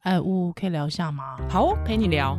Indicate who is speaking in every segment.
Speaker 1: 哎，呜，可以聊一下吗？
Speaker 2: 好哦，陪你聊。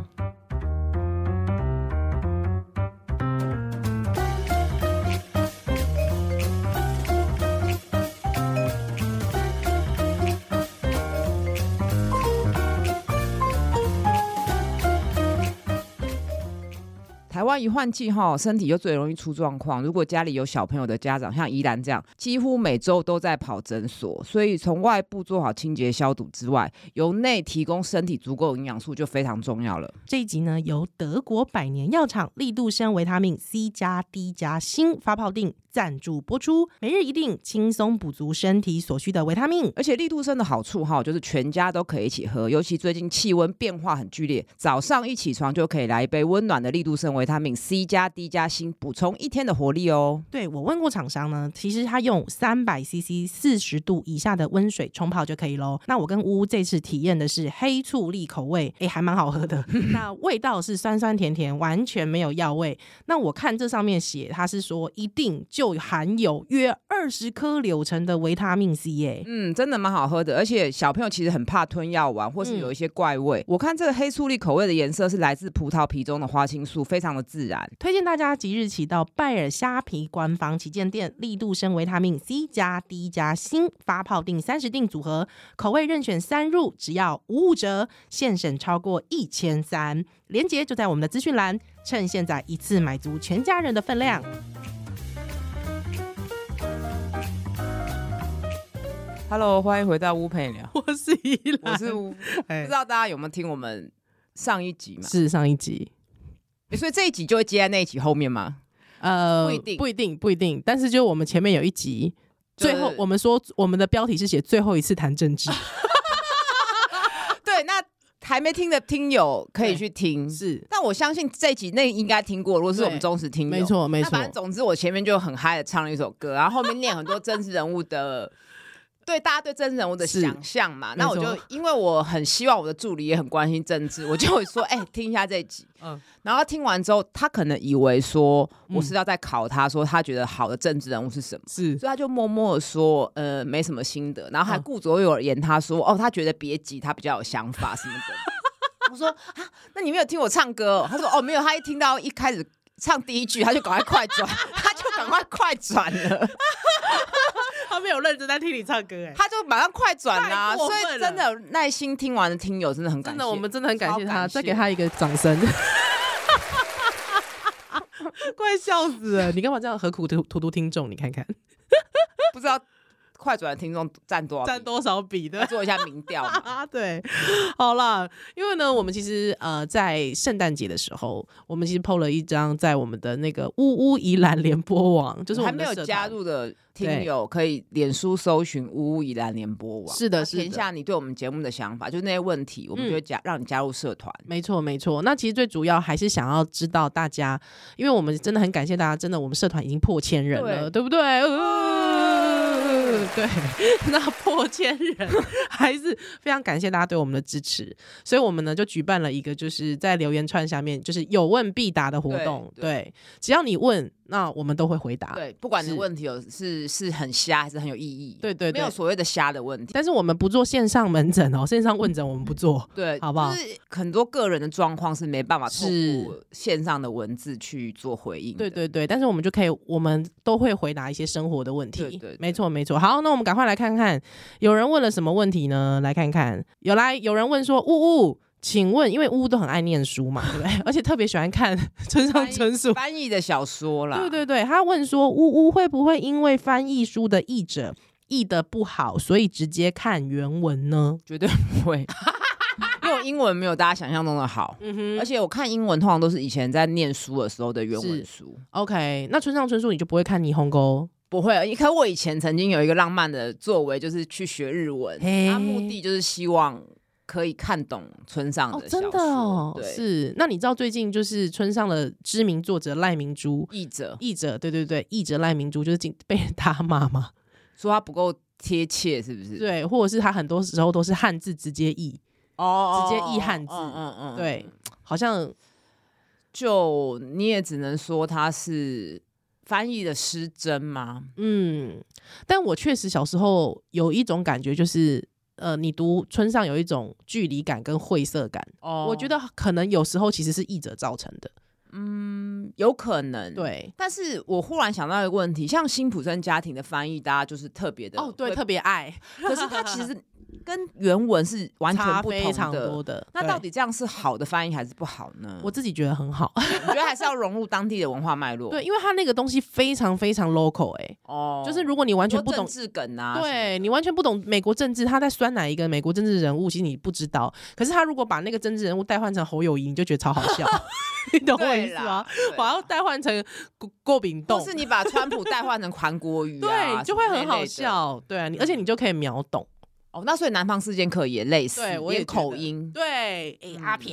Speaker 2: 台湾一换季哈，身体就最容易出状况。如果家里有小朋友的家长，像宜兰这样，几乎每周都在跑诊所，所以从外部做好清洁消毒之外，由内提供身体足够营养素就非常重要了。
Speaker 1: 这一集呢，由德国百年药厂利度生维他命 C 加 D 加锌发泡锭赞助播出，每日一定，轻松补足身体所需的维他命。
Speaker 2: 而且利度生的好处哈，就是全家都可以一起喝，尤其最近气温变化很剧烈，早上一起床就可以来一杯温暖的利度生维他命 C 加 D 加锌，补充一天的活力哦。
Speaker 1: 对我问过厂商呢，其实他用三百 CC 四十度以下的温水冲泡就可以喽。那我跟呜呜这次体验的是黑醋栗口味，诶，还蛮好喝的。那味道是酸酸甜甜，完全没有药味。那我看这上面写，它是说一定就含有约二十颗柳橙的维他命 C 耶、
Speaker 2: 嗯，真的蛮好喝的，而且小朋友其实很怕吞药丸，或是有一些怪味。我看这个黑醋栗口味的颜色是来自葡萄皮中的花青素，非常的自然。
Speaker 1: 推荐大家即日起到拜耳虾皮官方旗舰店力度生维他命 C 加 D 加锌发泡定三十锭组合，口味任选三入，只要五五折，现省超过一千三。链接就在我们的资讯栏，趁现在一次买足全家人的分量。
Speaker 2: Hello，欢迎回到乌佩聊，
Speaker 1: 我是依兰，
Speaker 2: 我是 乌，不
Speaker 1: 哎
Speaker 2: 知道大家有没有听我们上一集嘛？
Speaker 1: 是上一集，
Speaker 2: 诶所以这一集就会接在那一集后面吗？
Speaker 1: 呃，
Speaker 2: 不一定
Speaker 1: 不一定，不一定。但是就我们前面有一集，
Speaker 2: 就是
Speaker 1: 最后我们说我们的标题是写最后一次谈政治，
Speaker 2: 对，那还没听的听友可以去 听。
Speaker 1: 是
Speaker 2: 但我相信这一集那应该听过，如果是我们
Speaker 1: 对
Speaker 2: 忠实听友，
Speaker 1: 没错没
Speaker 2: 那
Speaker 1: 错。
Speaker 2: 反正总之，我前面就很嗨的唱了一首歌，然后后面念很多真实人 物的，对大家对真实人物的
Speaker 1: 是
Speaker 2: 想象嘛。那我
Speaker 1: 没
Speaker 2: 就
Speaker 1: 错
Speaker 2: 因为我很希望我的助理也很关心 政治，我就会说，哎、听一下这一集。
Speaker 1: 嗯
Speaker 2: 然后听完之后，他可能以为说我
Speaker 1: 嗯
Speaker 2: 是要在考他，说他觉得好的政治人物是什么。
Speaker 1: 是
Speaker 2: 所以他就默默的说，呃，没什么心得，然后还
Speaker 1: 嗯
Speaker 2: 顾左右而言他说，哦，他觉得别急，他比较有想法什么的。 我说啊，那你没有听我唱歌、哦？他说哦，没有，他一听到一开始唱第一句，他就赶快快转，他就赶快快转了，
Speaker 1: 他没有认真在听你唱歌，哎，
Speaker 2: 他就马上快转啦、
Speaker 1: 太过
Speaker 2: 所
Speaker 1: 分了
Speaker 2: 以真的有耐心听完的听友真的很感
Speaker 1: 真的，
Speaker 2: 谢，
Speaker 1: 我们真的很感谢
Speaker 2: 超
Speaker 1: 他，再给他一个掌声。 快笑死了！你干嘛这样何苦荼荼毒听众？你看看
Speaker 2: 不知道快转的听众占多少比，
Speaker 1: 占多少比 的。
Speaker 2: 做一下民调嘛。
Speaker 1: 啊， 对，好啦，因为呢，我们其实呃，在圣诞节的时候，我们其实 PO 了一张在我们的那个呜呜宜兰联播网，就是我
Speaker 2: 还
Speaker 1: 们
Speaker 2: 没
Speaker 1: 的
Speaker 2: 有
Speaker 1: 社团
Speaker 2: 加。入的听友，可以脸书搜寻“五五以兰联播网”，
Speaker 1: 是的
Speaker 2: 那
Speaker 1: 是的
Speaker 2: 哦填下你对我们节目的想法，就是那些问题，我们
Speaker 1: 嗯
Speaker 2: 就会加、让你加入社团。
Speaker 1: 没错，没错。那其实最主要还是想要知道大家，因为我们真的很感谢大家，真的我们社团已经破千人了，对不对？呃对， 那破千人还是非常感谢大家对我们的支持，所以我们呢就举办了一个就是在留言串下面就是有问必答的活动，
Speaker 2: 对
Speaker 1: 对，
Speaker 2: 对
Speaker 1: 只要你问，那我们都会回答，
Speaker 2: 对，不管你
Speaker 1: 是
Speaker 2: 问题有啊是是很瞎还是很有意义，
Speaker 1: 对对
Speaker 2: 没有
Speaker 1: 对。
Speaker 2: 所谓的瞎的问题。
Speaker 1: 但是我们不做线上门诊哦，线上问诊我们不做，
Speaker 2: 对，
Speaker 1: 好不好
Speaker 2: 就是很多个人的状况是没办法透过
Speaker 1: 是
Speaker 2: 线上的文字去做回应。
Speaker 1: 对，对对，但是我们就可以，我们都会回答一些生活的问题。
Speaker 2: 对对对
Speaker 1: 没错没错。好，那我们赶快来看看，有人问了什么问题呢？来看看，有来有人问说，呜呜，请问，因为呜呜都很爱念书 嘛，对不对？而且特别喜欢看村上春树。
Speaker 2: 翻译的小说啦，
Speaker 1: 对对对，他问说，呜呜会不会因为翻译书的译者译的不好，所以直接看原文呢？
Speaker 2: 绝对不会， 因为我英文没有大家想象中的好。
Speaker 1: 嗯哼
Speaker 2: 而且我看英文通常都是以前在念书的时候的原文
Speaker 1: 是
Speaker 2: 书，
Speaker 1: ，OK，那村上春树你就不会看霓虹沟？
Speaker 2: 不会，啊可我以前曾经有一个浪漫的作为，就是去学日文，
Speaker 1: 嘿
Speaker 2: 他目的就是希望可以看懂村上
Speaker 1: 哦，
Speaker 2: 的嗯小
Speaker 1: 真
Speaker 2: 说，
Speaker 1: 的哦，
Speaker 2: 对，
Speaker 1: 是。那你知道最近就是村上的知名作者赖明珠，
Speaker 2: 译者
Speaker 1: 译者，对对对，译者赖明珠就是经被他骂嘛，
Speaker 2: 说他不够贴切，是不是？
Speaker 1: 对，或者是他很多时候都是汉字直接译，
Speaker 2: 哦，哦，
Speaker 1: 直接译汉字
Speaker 2: 嗯嗯嗯，
Speaker 1: 对，好像
Speaker 2: 就你也只能说他是翻译的失真吗？
Speaker 1: 嗯，但我确实小时候有一种感觉，就是呃，你读村上有一种距离感跟晦涩感，
Speaker 2: 哦
Speaker 1: 我觉得可能有时候其实是译者造成的。
Speaker 2: 嗯有可能。
Speaker 1: 对，
Speaker 2: 但是我忽然想到一个问题，像辛普森家庭的翻译，大家就是特别的
Speaker 1: 哦，对，特别爱，
Speaker 2: 可是它其实跟原文是完 全
Speaker 1: 差
Speaker 2: 不
Speaker 1: 非
Speaker 2: 同
Speaker 1: 常
Speaker 2: 的
Speaker 1: 多。的。
Speaker 2: 那
Speaker 1: 对
Speaker 2: 到底这样是好的翻译还是不好呢？
Speaker 1: 我自己觉得很好，
Speaker 2: 我觉得还是要融入当地的文化脉络。
Speaker 1: 对，，因为他那个东西非常非常 local，哎、
Speaker 2: 哦
Speaker 1: 就是如果你完全不懂
Speaker 2: 政。治梗啊，
Speaker 1: 对你完全不懂美国政治，他在酸哪一个美国政治人物，其实你不知道。可是他如果把那个政治人物代换成侯友谊，你就觉得超好 笑，你懂我意
Speaker 2: 对
Speaker 1: 思
Speaker 2: 啦
Speaker 1: 吗？，把要代换成郭郭炳
Speaker 2: 或
Speaker 1: 栋，
Speaker 2: 是你把川普代换成韩国瑜、啊，
Speaker 1: 对，就会
Speaker 2: 什么那
Speaker 1: 很
Speaker 2: 类
Speaker 1: 好
Speaker 2: 的。嗯
Speaker 1: 笑。对啊，你而且你就可以秒懂。
Speaker 2: 哦，那所以南方四剑客也类似，
Speaker 1: 对我
Speaker 2: 也
Speaker 1: 也
Speaker 2: 有
Speaker 1: 觉得
Speaker 2: 口音。
Speaker 1: 对，哎、
Speaker 2: 阿
Speaker 1: 阿撇，
Speaker 2: 撇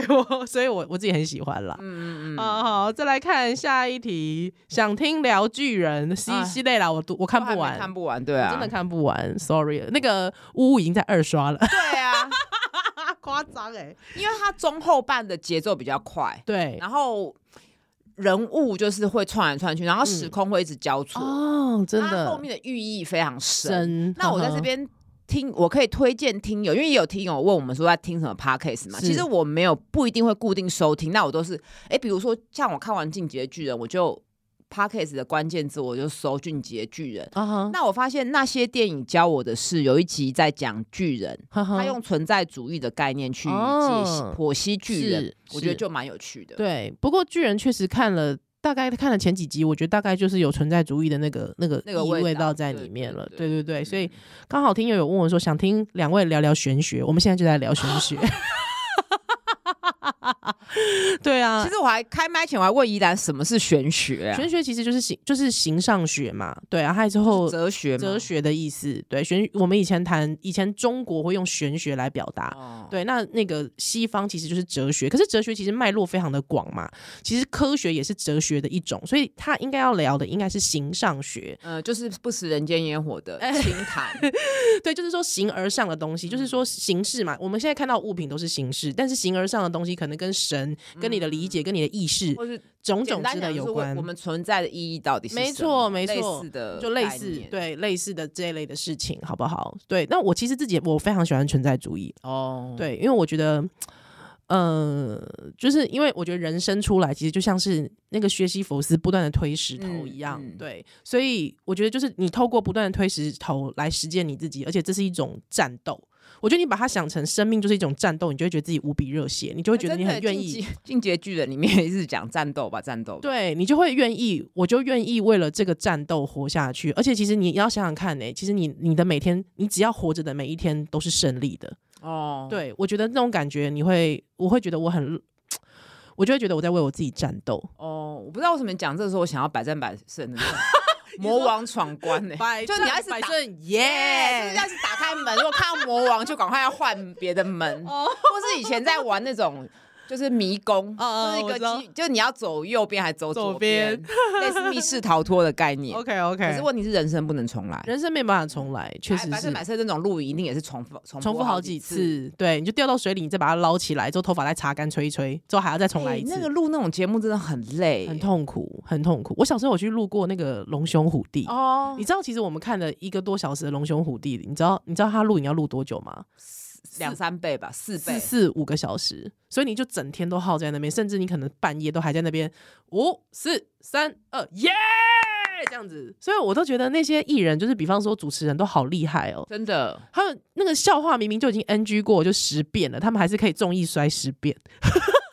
Speaker 1: 对我，所以我我自己很喜欢啦。
Speaker 2: 嗯嗯嗯，
Speaker 1: 啊、好，再来看下一题，想听聊巨人，吸
Speaker 2: 哎
Speaker 1: 吸累了，我读我看
Speaker 2: 都还
Speaker 1: 不
Speaker 2: 没
Speaker 1: 完，
Speaker 2: 看不完，对啊，
Speaker 1: 真的看不完，sorry，那个呜呜已经在二刷 了，
Speaker 2: 对啊，
Speaker 1: 夸张哎，
Speaker 2: 因为它中后半的节奏比较快，
Speaker 1: 对，
Speaker 2: 欸然后人物就是会窜来窜去，然后时空会一直交错，
Speaker 1: 哦，真
Speaker 2: 它后
Speaker 1: 的
Speaker 2: 嗯面的寓意非常深。
Speaker 1: 深。
Speaker 2: 那我在这边听，我可以推荐听友，因为也有听友问我们说在听什么 podcast 嘛。
Speaker 1: 是
Speaker 2: 其实我没有不一定会固定收听，那我都是哎、诶比如说像我看完《进击的巨人》，我就 podcast 的关键字我就搜《进击的巨人》。
Speaker 1: 啊哈，
Speaker 2: 那我发现那些电影教我的是，有一集在讲巨人，
Speaker 1: 哈哈
Speaker 2: 他用存在主义的概念去解析
Speaker 1: 嗯哦
Speaker 2: 剖析巨人
Speaker 1: 是，
Speaker 2: 我觉得
Speaker 1: 是
Speaker 2: 就蛮有趣的。
Speaker 1: 对，不过巨人确实看了。大概看了前几集，我觉得大概就是有存在主义的那个那个
Speaker 2: 那个
Speaker 1: 意
Speaker 2: 味
Speaker 1: 味
Speaker 2: 道
Speaker 1: 道在
Speaker 2: 对
Speaker 1: 里面了，
Speaker 2: 对
Speaker 1: 对对对，
Speaker 2: 嗯
Speaker 1: 所以刚好听友有问我说想听两位聊聊玄学，我们现在就在聊玄 学，对啊
Speaker 2: 其，实我还开麦前我还问宜兰什么是玄学啊？
Speaker 1: 玄学其实就是形就是形上学嘛，对啊，还有之后
Speaker 2: 哲学吗，
Speaker 1: 哲学的意思，对玄我们以前谈以前中国会用玄学来表达，
Speaker 2: 哦，
Speaker 1: 对，那那个西方其实就是哲学，可是哲学其实脉络非常的广嘛，其实科学也是哲学的一种，所以他应该要聊的应该是形上学，
Speaker 2: 呃，就是不食人间烟火
Speaker 1: 哎
Speaker 2: 的清谈，
Speaker 1: 对，就是说形而上的东
Speaker 2: 嗯
Speaker 1: 西，就是说形式嘛，我们现在看到物品都是形式，但是形而上的东西可能跟神、跟你的理解、跟你的意识
Speaker 2: 或是
Speaker 1: 种
Speaker 2: 嗯简
Speaker 1: 种
Speaker 2: 单
Speaker 1: 之类
Speaker 2: 讲，就是
Speaker 1: 有关
Speaker 2: 我。们存在的意义到底是什么？
Speaker 1: 没错没
Speaker 2: 类
Speaker 1: 错
Speaker 2: 似的，
Speaker 1: 就类似。对类似的这一类的事情，好不好？对，那我其实自己也我非常喜欢存在主义，
Speaker 2: 哦，
Speaker 1: 对，因为我觉得，呃，就是因为我觉得人生出来其实就像是那个薛西弗斯不断的推石头
Speaker 2: 嗯
Speaker 1: 一样，
Speaker 2: 嗯
Speaker 1: 对，所以我觉得就是你透过不断的推石头来实践你自己，而且这是一种战斗。我觉得你把它想成生命就是一种战斗，你就会觉得自己无比热血，你就会
Speaker 2: 会
Speaker 1: 觉得你很愿意，
Speaker 2: 《哎进阶巨人》里面也是讲战斗吧，战斗吧。
Speaker 1: 对你就会愿意，我就愿意为了这个战斗活下去。而且其实你要想想看呢、欸其实你你的每天，你只要活着的每一天都是胜利的。
Speaker 2: 哦，
Speaker 1: 对我觉得那种感觉，你会，我会觉得我很，我就会觉得我在为我自己战斗。
Speaker 2: 哦，我不知道为什么讲这个时候我想要百战百胜的那 种魔王闯关呢、
Speaker 1: 百
Speaker 2: 哎就你要一直打
Speaker 1: 胜
Speaker 2: 耶！
Speaker 1: 哎
Speaker 2: 就是要是打开门，如果看到魔王，就赶快要换别的门，
Speaker 1: 哦
Speaker 2: 或是以前在玩那种就是迷宫，
Speaker 1: 嗯
Speaker 2: 就是一
Speaker 1: 我知道
Speaker 2: 个机，就是你要走右边还走左
Speaker 1: 左
Speaker 2: 边
Speaker 1: 边，
Speaker 2: 类似密室逃脱的概念。
Speaker 1: OK
Speaker 2: 可
Speaker 1: OK，
Speaker 2: 是问题是人生不能重来，
Speaker 1: 人生没办法重来，确实
Speaker 2: 百
Speaker 1: 是
Speaker 2: 胜百胜这种露营一定也是重复重
Speaker 1: 重复
Speaker 2: 好
Speaker 1: 好几
Speaker 2: 次。
Speaker 1: 次。对，你就掉到水里，你再把它捞起来，之后头发再擦干吹一吹，之后还要再重来
Speaker 2: 哎
Speaker 1: 一次。
Speaker 2: 那个录那种节目真的很累，
Speaker 1: 很痛苦，很痛苦。我小时候有去路过那个龙兄虎弟，
Speaker 2: 哦
Speaker 1: 你。知道，其实我们看了一个多小时的《龙兄虎弟》，你知道你知道他录影要录多久吗？
Speaker 2: 两三倍吧，四
Speaker 1: 四
Speaker 2: 倍。
Speaker 1: 四五个小时，所以你就整天都耗在那边，甚至你可能半夜都还在那边。五四三二，耶！这样子，所以我都觉得那些艺人，就是比方说主持人都好厉害哦。
Speaker 2: 真的，
Speaker 1: 还有那个笑话明明就已经 NG 过，就十遍了，他们还是可以中一摔十遍，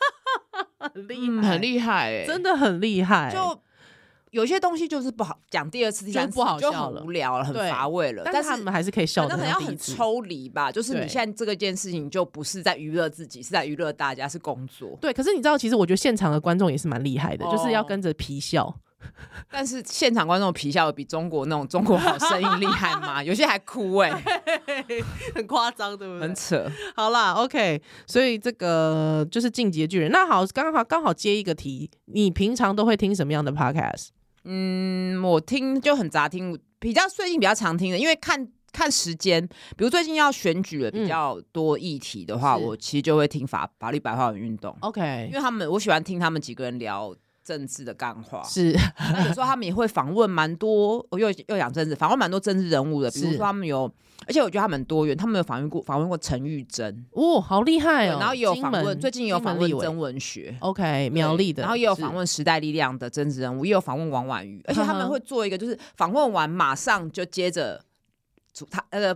Speaker 1: 很厉害，
Speaker 2: 嗯，很厉害哎、
Speaker 1: 真的很厉害。
Speaker 2: 就有些东西就是不好讲，第二次、第
Speaker 1: 就
Speaker 2: 三次
Speaker 1: 不好
Speaker 2: 就
Speaker 1: 笑
Speaker 2: 很
Speaker 1: 了
Speaker 2: 无聊了，很
Speaker 1: 对
Speaker 2: 乏味了。
Speaker 1: 但
Speaker 2: 但
Speaker 1: 是他
Speaker 2: 是
Speaker 1: 们还是可以笑
Speaker 2: 可
Speaker 1: 的，
Speaker 2: 能很要很。抽离吧，就是你
Speaker 1: 对
Speaker 2: 现在这个件事情就不是在娱乐自己，是在娱乐大家，是工作。
Speaker 1: 对，可是你知道，其实我觉得现场的观众也是蛮厉害的，就是要
Speaker 2: 哦
Speaker 1: 跟着皮笑。
Speaker 2: 但是现场观众皮笑比中国那种 中国好声音厉害吗？有些还哭 哎、
Speaker 1: 很夸张，对不
Speaker 2: 很扯。
Speaker 1: 好啦，OK，所以这个就是《进击的巨人》。那好，刚好刚好接一个题，你平常都会听什么样的 podcast？
Speaker 2: 嗯，我听就很杂听，比较最近比较常听的，因为看。看时间，比如最近要选举了，比
Speaker 1: 嗯
Speaker 2: 较多议题的话，
Speaker 1: 是
Speaker 2: 我其实就会听法法律白话文运动。
Speaker 1: OK，
Speaker 2: 因为他们我喜欢听他们几个人聊政治的干话。
Speaker 1: 是
Speaker 2: 那有时候他们也会访问蛮多，我又又讲政治，访问蛮多政治人物的，比如
Speaker 1: 是
Speaker 2: 说他们有，而且我觉得他们很多元，他们有访问过访问过陈玉珍，
Speaker 1: 哦，好厉害
Speaker 2: 对
Speaker 1: 哦。
Speaker 2: 然后也有
Speaker 1: 金
Speaker 2: 访
Speaker 1: 门
Speaker 2: 问，最近也有
Speaker 1: 金门
Speaker 2: 访问
Speaker 1: 立委
Speaker 2: 曾文学，
Speaker 1: OK 苗
Speaker 2: 对
Speaker 1: 栗的，
Speaker 2: 然后也有
Speaker 1: 是
Speaker 2: 访问时代力量的政治人物，也有访问王婉瑜，而且他
Speaker 1: 呵
Speaker 2: 们
Speaker 1: 呵
Speaker 2: 会做一个，就是访问完马上就接着主他呃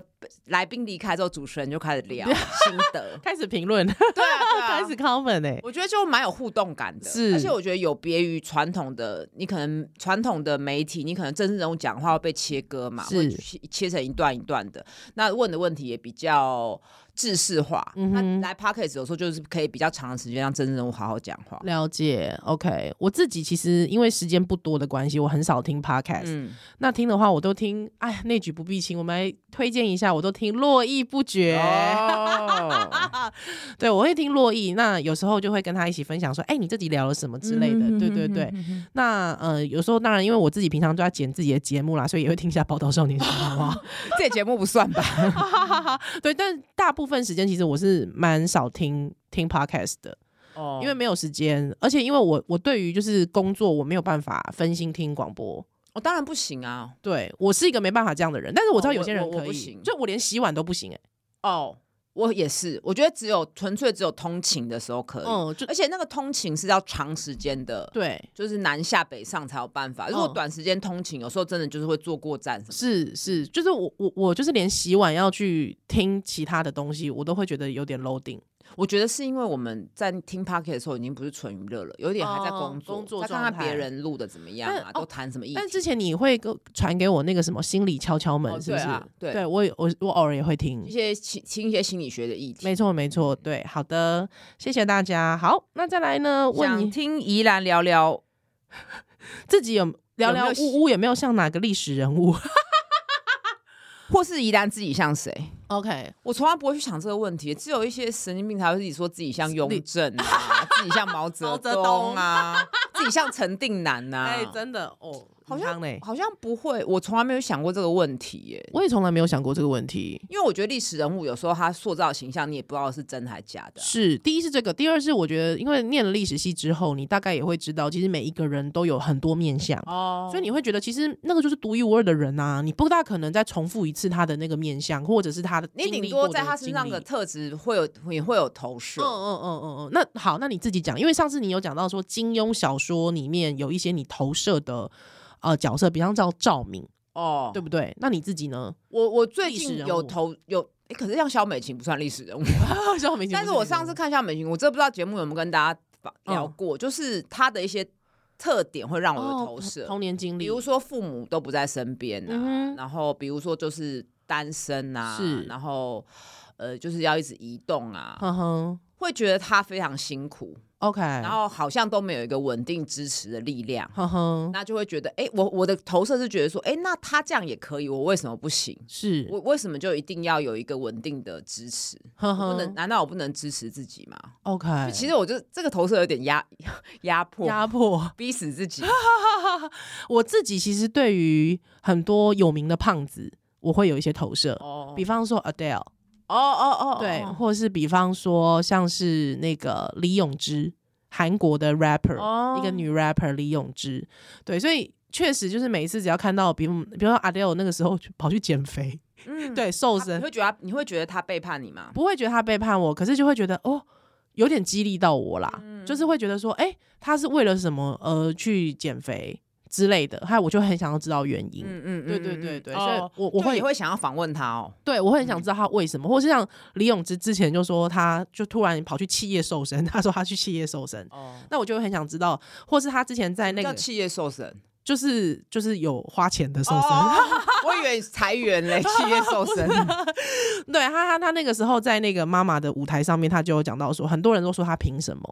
Speaker 2: 来宾离开之后，主持人就开始聊心 得，
Speaker 1: 开始评论，
Speaker 2: 对 啊，
Speaker 1: 开
Speaker 2: 对
Speaker 1: 始
Speaker 2: 啊。
Speaker 1: comment 哎、
Speaker 2: 我觉得就蛮有互动感的，
Speaker 1: 是
Speaker 2: 而且我觉得有别于传统的，你可能传统的媒体，你可能政治人物讲话会被切割嘛，
Speaker 1: 是
Speaker 2: 会切切成一段一段的，那问的问题也比较制式化。
Speaker 1: 嗯
Speaker 2: 那
Speaker 1: 哼
Speaker 2: 来 p o c k e t 有时候就是可以比较长的时间让政治人物好好讲话。
Speaker 1: 了解，OK。我自己其实因为时间不多的关系，我很少听 podcast、
Speaker 2: 嗯，
Speaker 1: 那听的话，我都听，哎呀，内举不避亲。我们来推荐一下，我都听络绎不绝。
Speaker 2: 哦，
Speaker 1: 对，我会听络绎。那有时候就会跟他一起分享说，哎、你这集聊了什么之类的。
Speaker 2: 嗯
Speaker 1: 对对 对。那呃，有时候当然，因为我自己平常都要剪自己的节目啦，所以也会听一下《报道少年》，好不好？
Speaker 2: 这节目不算 吧？
Speaker 1: 对，但大部分时间其实我是蛮少听听 podcast 的，
Speaker 2: 哦
Speaker 1: 因为没有时间，而且因为我我对于就是工作我没有办法分心听广播，
Speaker 2: 我当然不行啊。
Speaker 1: 对我是一个没办法这样的人，但是我知道
Speaker 2: 哦
Speaker 1: 有
Speaker 2: 我
Speaker 1: 些人
Speaker 2: 我
Speaker 1: 可
Speaker 2: 我
Speaker 1: 以，
Speaker 2: 不行
Speaker 1: 就我连洗碗都不行哎、
Speaker 2: 哦，我也是，我觉得只有纯粹只有通勤的时候可以，
Speaker 1: 嗯，就
Speaker 2: 而且那个通勤是要长时间的，
Speaker 1: 对，
Speaker 2: 就是南下北上才有办法。如果
Speaker 1: 嗯
Speaker 2: 短时间通勤，有时候真的就是会坐过站什么。
Speaker 1: 是是，就是我我我就是连洗碗要去听其他的东西，我都会觉得有点 loading，
Speaker 2: 我觉得是因为我们在听 p o c k e t 的时候已经不是纯娱乐了，有点还在
Speaker 1: 哦
Speaker 2: 工作，
Speaker 1: 工作
Speaker 2: 在看
Speaker 1: 状
Speaker 2: 看
Speaker 1: 态
Speaker 2: 别人录的怎么样啊，
Speaker 1: 但哦
Speaker 2: 都谈什么意
Speaker 1: 但
Speaker 2: 题。
Speaker 1: 之前你会给我传给我那个什么心理敲敲门，
Speaker 2: 哦
Speaker 1: 是不
Speaker 2: 对
Speaker 1: 是？
Speaker 2: 啊对
Speaker 1: 我有我我偶尔也会听
Speaker 2: 一，些听听一些心理学的议题，
Speaker 1: 没错，没错，对，好的，谢谢大家。好，那再来呢？问
Speaker 2: 想
Speaker 1: 你
Speaker 2: 听宜兰聊聊
Speaker 1: 自己有聊
Speaker 2: 有没
Speaker 1: 聊
Speaker 2: 有喜
Speaker 1: 呜呜有没有像哪个历史人物
Speaker 2: 或是宜兰自己像谁？
Speaker 1: ？OK，
Speaker 2: 我从来不会去想这个问题，只有一些神经病才会自己说自己像雍正啊，自己像毛泽东啊，自己像陈定南呐、啊。
Speaker 1: 哎、真的哦，
Speaker 2: 好
Speaker 1: 很夯
Speaker 2: 像
Speaker 1: 嘞，
Speaker 2: 好像不会，我从来没有想过这个问题耶。
Speaker 1: 我也从来没有想过这个问题。
Speaker 2: 因为我觉得历史人物有时候他塑造的形象，你也不知道是真还假的啊、
Speaker 1: 是，第一是这个，第二是我觉得，因为念了历史系之后，你大概也会知道，其实每一个人都有很多面相，
Speaker 2: 哦
Speaker 1: 所以你会觉得其实那个就是独一无二的人啊，你不大可能再重复一次他的那个面相，或者是他的
Speaker 2: 你
Speaker 1: 经历
Speaker 2: 顶
Speaker 1: 过
Speaker 2: 多
Speaker 1: 的
Speaker 2: 在他身上
Speaker 1: 经历
Speaker 2: 的特质会有也会有投射。
Speaker 1: 嗯嗯嗯嗯嗯，那好，那你自己讲，因为上次你有讲到说金庸小说里面有一些你投射的呃角色，比方叫赵敏，
Speaker 2: 哦，
Speaker 1: 对不对？那你自己 呢？
Speaker 2: 我我最
Speaker 1: 历史
Speaker 2: 近
Speaker 1: 人
Speaker 2: 有
Speaker 1: 物
Speaker 2: 投有，诶可是像肖美琴不算历史 人物，
Speaker 1: 赵敏，
Speaker 2: 但是我上次看肖美琴，我真的不知道节目有没有跟大家
Speaker 1: 嗯
Speaker 2: 聊过，就是她的一些特点会让我
Speaker 1: 哦
Speaker 2: 有投射，
Speaker 1: 童年经历，
Speaker 2: 比如说父母都不在身边啊，
Speaker 1: 嗯哼，
Speaker 2: 然后比如说就是单身啊，
Speaker 1: 是嗯
Speaker 2: 然后呃就是要一直移动啊，
Speaker 1: 哼哼
Speaker 2: 会觉得她非常辛苦，
Speaker 1: ，OK，
Speaker 2: 然
Speaker 1: 然
Speaker 2: 后好像都没有一个稳定支持的力量。
Speaker 1: 哼哼，
Speaker 2: 那就会觉得，哎、我我的投射是觉得说，哎、那她这样也可以，我为什么不行？
Speaker 1: 是，
Speaker 2: 我为什么就一定要有一个稳定的支持？
Speaker 1: 哼
Speaker 2: 我不
Speaker 1: 嗯
Speaker 2: 能？
Speaker 1: 哼
Speaker 2: 难道我不能支持自己吗？
Speaker 1: ，OK，
Speaker 2: 就其实我就这个投射有点压压迫，
Speaker 1: 压迫
Speaker 2: 逼死自 己。
Speaker 1: 我自己，其实对于很多有名的胖子，我会有一些投射，
Speaker 2: 哦
Speaker 1: 比方说 Adele，
Speaker 2: 哦哦哦，
Speaker 1: 对，
Speaker 2: 哦
Speaker 1: 或是比方说像是那个李永芝，韩国的 rapper，、
Speaker 2: 哦
Speaker 1: 一个女 rapper 李永芝，对，所以确实就是每一次只要看到，比如比如说 Adele 那个时候去跑去减肥，
Speaker 2: 嗯，
Speaker 1: 对，瘦
Speaker 2: 他你
Speaker 1: 身，
Speaker 2: 会觉得他你会觉得他背叛你吗？
Speaker 1: 不会觉得她背叛我，可是就会觉得哦。有点激励到我啦，
Speaker 2: 嗯
Speaker 1: 就是会觉得说，哎、她是为了什么而去减肥之类的，还有我就很想要知道原因。
Speaker 2: 嗯嗯，
Speaker 1: 对对对对，
Speaker 2: 嗯
Speaker 1: 所以
Speaker 2: 哦
Speaker 1: 我我
Speaker 2: 就
Speaker 1: 会
Speaker 2: 也会想要访问他哦。
Speaker 1: 对，我很想知道他为什么，或是像李永芝之前就说，他就突然跑去企业瘦身， 他说他去企业瘦身，
Speaker 2: 哦，
Speaker 1: 那我就会很想知道，或是他之前在那
Speaker 2: 叫
Speaker 1: 个
Speaker 2: 企业瘦身，
Speaker 1: 就是就是有花钱的瘦身，
Speaker 2: 哦 我以为裁员 嘞，企业瘦身。
Speaker 1: 对他他他那个时候在那个妈妈的舞台上面，他就有讲到说，很多人都说他凭什么。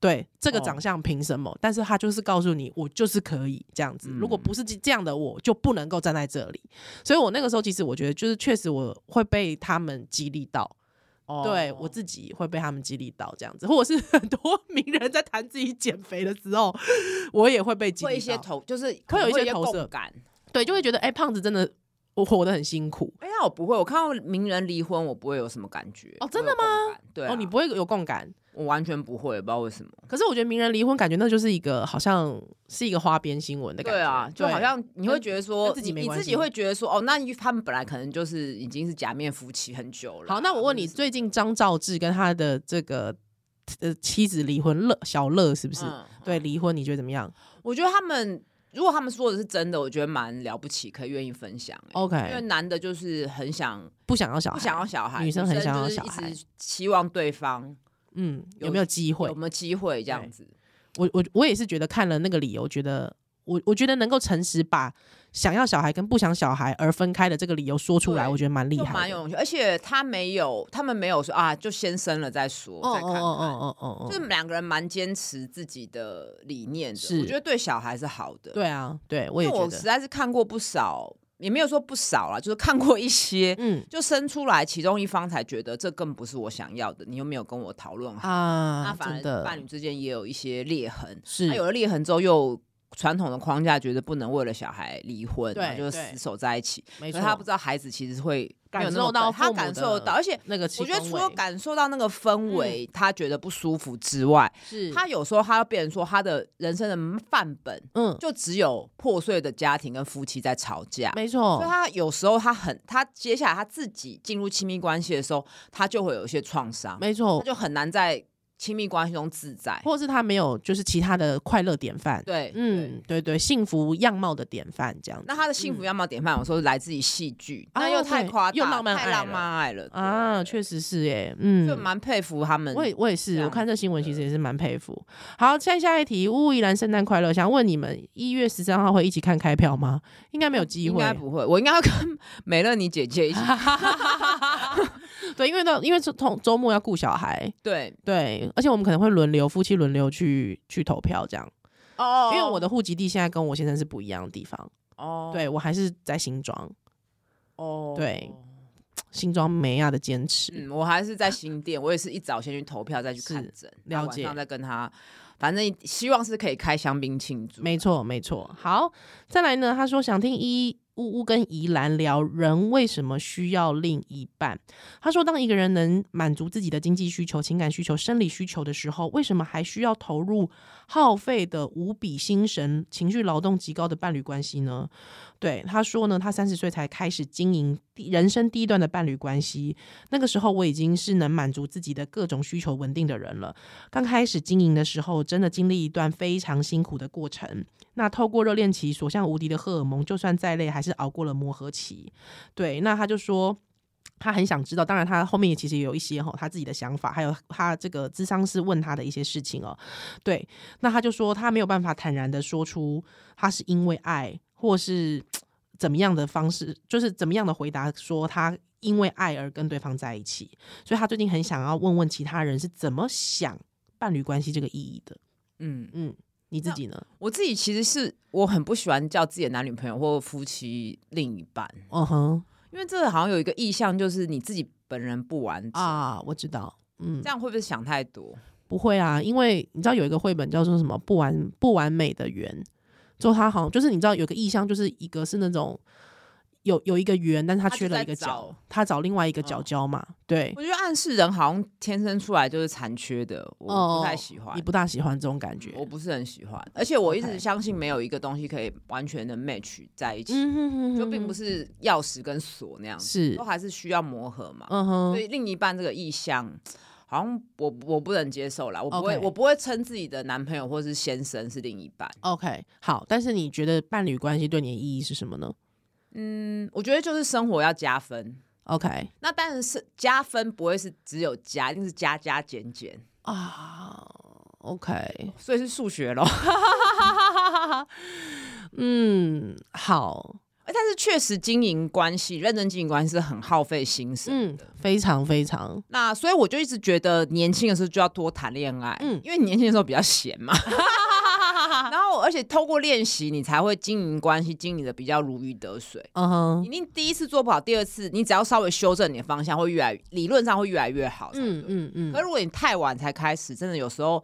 Speaker 1: 对这个
Speaker 2: 哦
Speaker 1: 长相凭什么？但是他就是告诉你，我就是可以这样子。如果
Speaker 2: 嗯
Speaker 1: 不是这样的，我就不能够站在这里。所以我那个时候其实我觉得，就是确实我会被他们激励到。
Speaker 2: 哦
Speaker 1: 对我自己会被他们激励到这样子，或者是 很多名人在谈自己减肥的时候，我也会被激
Speaker 2: 会一
Speaker 1: 励
Speaker 2: 些
Speaker 1: 到。
Speaker 2: 投，就是
Speaker 1: 会有一些
Speaker 2: 一
Speaker 1: 投射
Speaker 2: 共感。
Speaker 1: 对，就会觉得哎、胖子真的我活得很辛苦。
Speaker 2: 哎呀，我不会，我看到名人离婚，我不会有什么感觉。
Speaker 1: 哦真的
Speaker 2: 不会有共感？对啊、
Speaker 1: 哦，你不会有共感。
Speaker 2: 我完全不会，不知道为什么。
Speaker 1: 可是我觉得名人离婚，感觉那就是一个好像是一个花边新闻的感觉。
Speaker 2: 对啊，就好像你会觉得说，
Speaker 1: 跟自己没
Speaker 2: 你你
Speaker 1: 关
Speaker 2: 自
Speaker 1: 系
Speaker 2: 己会觉得说，哦，那他们本来可能就是已经是假面夫妻很久了。啊
Speaker 1: 好，那我问你，最近张兆志跟他的这个呃妻子离婚，乐小乐是不是？
Speaker 2: 嗯
Speaker 1: 对，离婚你觉得怎么样
Speaker 2: 我觉得他们如果他们说的是真的，我觉得蛮了不起，可以愿意分享、欸因为
Speaker 1: ？OK，
Speaker 2: 男的就是很想
Speaker 1: 不想要哦小孩，
Speaker 2: 不想要小孩，
Speaker 1: 女生很想要
Speaker 2: 就是
Speaker 1: 小孩
Speaker 2: 一直期望对方
Speaker 1: 嗯，有
Speaker 2: 有
Speaker 1: 没有机会
Speaker 2: 有？没有机会这样子。
Speaker 1: 我我我也是觉得看了那个理由，觉得我我觉得能够诚实把想要小孩跟不想小孩而分开的这个理由说出来，
Speaker 2: 对
Speaker 1: 我觉得蛮厉
Speaker 2: 就
Speaker 1: 害的，
Speaker 2: 蛮有勇气，而且他没有，他们没有说啊，就先生了再说，
Speaker 1: 哦
Speaker 2: 再看看。
Speaker 1: 哦哦哦哦
Speaker 2: 就
Speaker 1: 哦，
Speaker 2: 是两个人蛮坚持自己的理念的，
Speaker 1: 是
Speaker 2: 我觉得对小孩是好的。，
Speaker 1: 对啊，对我也
Speaker 2: 因为
Speaker 1: 觉
Speaker 2: 我实
Speaker 1: 得，
Speaker 2: 在是看过不少，也没有说不少啦，就是看过一些，
Speaker 1: 嗯
Speaker 2: 就生出来其中一方才觉得这更不是我想要的，你又没有跟我讨论好，那
Speaker 1: 啊，
Speaker 2: 反
Speaker 1: 真
Speaker 2: 而伴
Speaker 1: 的
Speaker 2: 侣之间也有一些裂痕，
Speaker 1: 是
Speaker 2: 那有了裂痕之后又。传统的框架觉得不能为了小孩离婚，
Speaker 1: 对
Speaker 2: 然后就
Speaker 1: 对
Speaker 2: 死守在一起。
Speaker 1: 没
Speaker 2: 可
Speaker 1: 错，
Speaker 2: 是他不知道孩子其实会没有
Speaker 1: 感
Speaker 2: 那么
Speaker 1: 受到
Speaker 2: 疼他
Speaker 1: 父母
Speaker 2: 感受
Speaker 1: 的
Speaker 2: 到，而且
Speaker 1: 那个
Speaker 2: 我
Speaker 1: 气氛围，嗯
Speaker 2: 觉得除了感受到那个氛围，他觉得不舒服之外，
Speaker 1: 是
Speaker 2: 他有时候他要变成说他的人生的范本
Speaker 1: 嗯，
Speaker 2: 就只有破碎的家庭跟夫妻在吵架。
Speaker 1: 没
Speaker 2: 所以
Speaker 1: 错，
Speaker 2: 他有时候他很，他接下来他自己进入亲密关系的时候，他就会有一些创伤，
Speaker 1: 没
Speaker 2: 他
Speaker 1: 错，
Speaker 2: 就很难在亲密关系中自在。
Speaker 1: 或是他没有就是其他的快乐典范，
Speaker 2: 对，嗯。
Speaker 1: 嗯，对对，幸福样貌的典范这样子
Speaker 2: 那他的幸福样貌典范，我说是来自于戏剧，
Speaker 1: 哦
Speaker 2: 那又太
Speaker 1: 对
Speaker 2: 夸大，
Speaker 1: 又浪漫
Speaker 2: 太
Speaker 1: 爱
Speaker 2: 浪
Speaker 1: 了
Speaker 2: 漫爱了
Speaker 1: 啊，
Speaker 2: 对
Speaker 1: 确实是耶，
Speaker 2: 就
Speaker 1: 嗯，
Speaker 2: 蛮佩服他们。
Speaker 1: 我也我也是，
Speaker 2: 这
Speaker 1: 我看
Speaker 2: 样
Speaker 1: 这新闻其
Speaker 2: 的
Speaker 1: 实也是蛮佩服。好，下下一题，乌宜兰圣诞快乐，想问你们一月十三号会一起看开票吗？应该没有机
Speaker 2: 呃应
Speaker 1: 会
Speaker 2: 该，不会，我应该要跟美乐你 姐姐一起。
Speaker 1: 对，因为到因为是同周末要顾小孩，
Speaker 2: 对，
Speaker 1: 对，而且我们可能会轮流夫妻轮流去去投票这样，
Speaker 2: 哦
Speaker 1: 因为我的户籍地现在跟我先生是不一样的地方，
Speaker 2: 哦
Speaker 1: 对我还是在新庄，
Speaker 2: 哦
Speaker 1: 对，新庄梅亚的坚持，
Speaker 2: 嗯，我还是在新店，我也是一早先去投票，再去看诊，
Speaker 1: 了
Speaker 2: 然后晚
Speaker 1: 解
Speaker 2: 上再跟他，反正希望是可以开香槟庆祝。
Speaker 1: 没错，没错。好，再来呢，他说想听一呜呜跟宜兰聊人为什么需要另一半。他说，当一个人能满足自己的经济需求、情感需求、生理需求的时候，为什么还需要投入耗费的无比心神、情绪劳动极高的伴侣关系呢？对，他说呢，他三十岁才开始经营第人生第一段的伴侣关系，那个时候我已经是能满足自己的各种需求稳定的人了。刚开始经营的时候，真的经历一段非常辛苦的过程。那透过热恋期所向无敌的荷尔蒙，就算再累，还是熬过了磨合期。对，那他就说。他很想知道，当然他后面也其实也有一些哈他自己的想法，还有他这个咨商师问他的一些事情哦。对，那他就说他没有办法坦然的说出他是因为爱或是怎么样的方式，就是怎么样的回答说他因为爱而跟对方在一起。所以他最近很想要问问其他人是怎么想伴侣关系这个意义的。
Speaker 2: 嗯，
Speaker 1: 嗯，你自己呢？
Speaker 2: 我自己其实是我很不喜欢叫自己的男女朋友或夫妻另一半，
Speaker 1: 嗯哼
Speaker 2: 因为这个好像有一个意向，就是你自己本人不完整。
Speaker 1: 啊，我知道。嗯
Speaker 2: 这，样会不会想太多？
Speaker 1: 不会啊，因为你知道有一个绘本叫做什么“不完不完美的圆”，就它好像就是你知道有个意象，就是一个是那种有有一个圆，但是它
Speaker 2: 它就
Speaker 1: 缺了
Speaker 2: 在
Speaker 1: 一个角
Speaker 2: 找，
Speaker 1: 他找另外一个角角嘛。对，
Speaker 2: 我觉得暗示人好像天生出来就是残缺的，我
Speaker 1: 哦
Speaker 2: 不太喜欢。
Speaker 1: 你不大喜欢这种感觉
Speaker 2: 我。不是很喜欢，而且我一
Speaker 1: OK
Speaker 2: 直相信没有一个东西可以完全的 match 在一起，
Speaker 1: 嗯哼哼哼
Speaker 2: 就并不是钥匙跟锁那样子，
Speaker 1: 是
Speaker 2: 都，还是需要磨合嘛。
Speaker 1: 嗯
Speaker 2: 所
Speaker 1: 哼，
Speaker 2: 以另一半这个意向，好像我我不能接受啦，我不会
Speaker 1: OK
Speaker 2: 我不会称自己的男朋友或是先生是另一半。
Speaker 1: OK，好，但是你觉得伴侣关系对你的意义是什么呢
Speaker 2: 嗯，我觉得就是生活要加分。
Speaker 1: ？OK
Speaker 2: 那当然是加分，不会是只有加，一定是加加减减，
Speaker 1: 啊，OK，
Speaker 2: 所以是数学咯。
Speaker 1: 嗯，好，
Speaker 2: 哎但是确实经营关系，认真经营关系是很耗费心神。
Speaker 1: 嗯，非常非常，
Speaker 2: 那所以我就一直觉得年轻的时候就要多谈恋爱，
Speaker 1: 嗯
Speaker 2: 嗯，因为年轻的时候比较 闲嘛。然后，而且透过练习，你才会经营关系，经营的比较如鱼得水。
Speaker 1: 嗯哼，
Speaker 2: 一定第一次做不好，第二次你只要稍微修正你的方向，会越来理论上会越来越好。
Speaker 1: 嗯
Speaker 2: 嗯嗯。
Speaker 1: 嗯嗯
Speaker 2: 可，如果你太晚才开始，真的有时候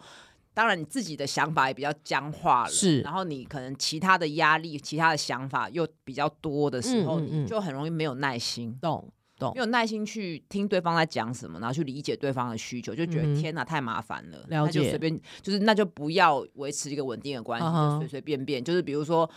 Speaker 2: 当然你自己的想法也比较僵化了，
Speaker 1: 是
Speaker 2: 然后你可能其他的压力、其他的想法又比较多的时候，
Speaker 1: 嗯嗯嗯
Speaker 2: 你就很容易没有耐心。
Speaker 1: 懂懂
Speaker 2: 没，有耐心去听对方在讲什么，然后去理解对方的需求，就觉得、
Speaker 1: 嗯哼
Speaker 2: 天哪，太麻烦了。
Speaker 1: 了
Speaker 2: 那就
Speaker 1: 解
Speaker 2: 随便就是那就不要维持一个稳定的关系，
Speaker 1: 啊哈
Speaker 2: 就随随便便。就是比如说，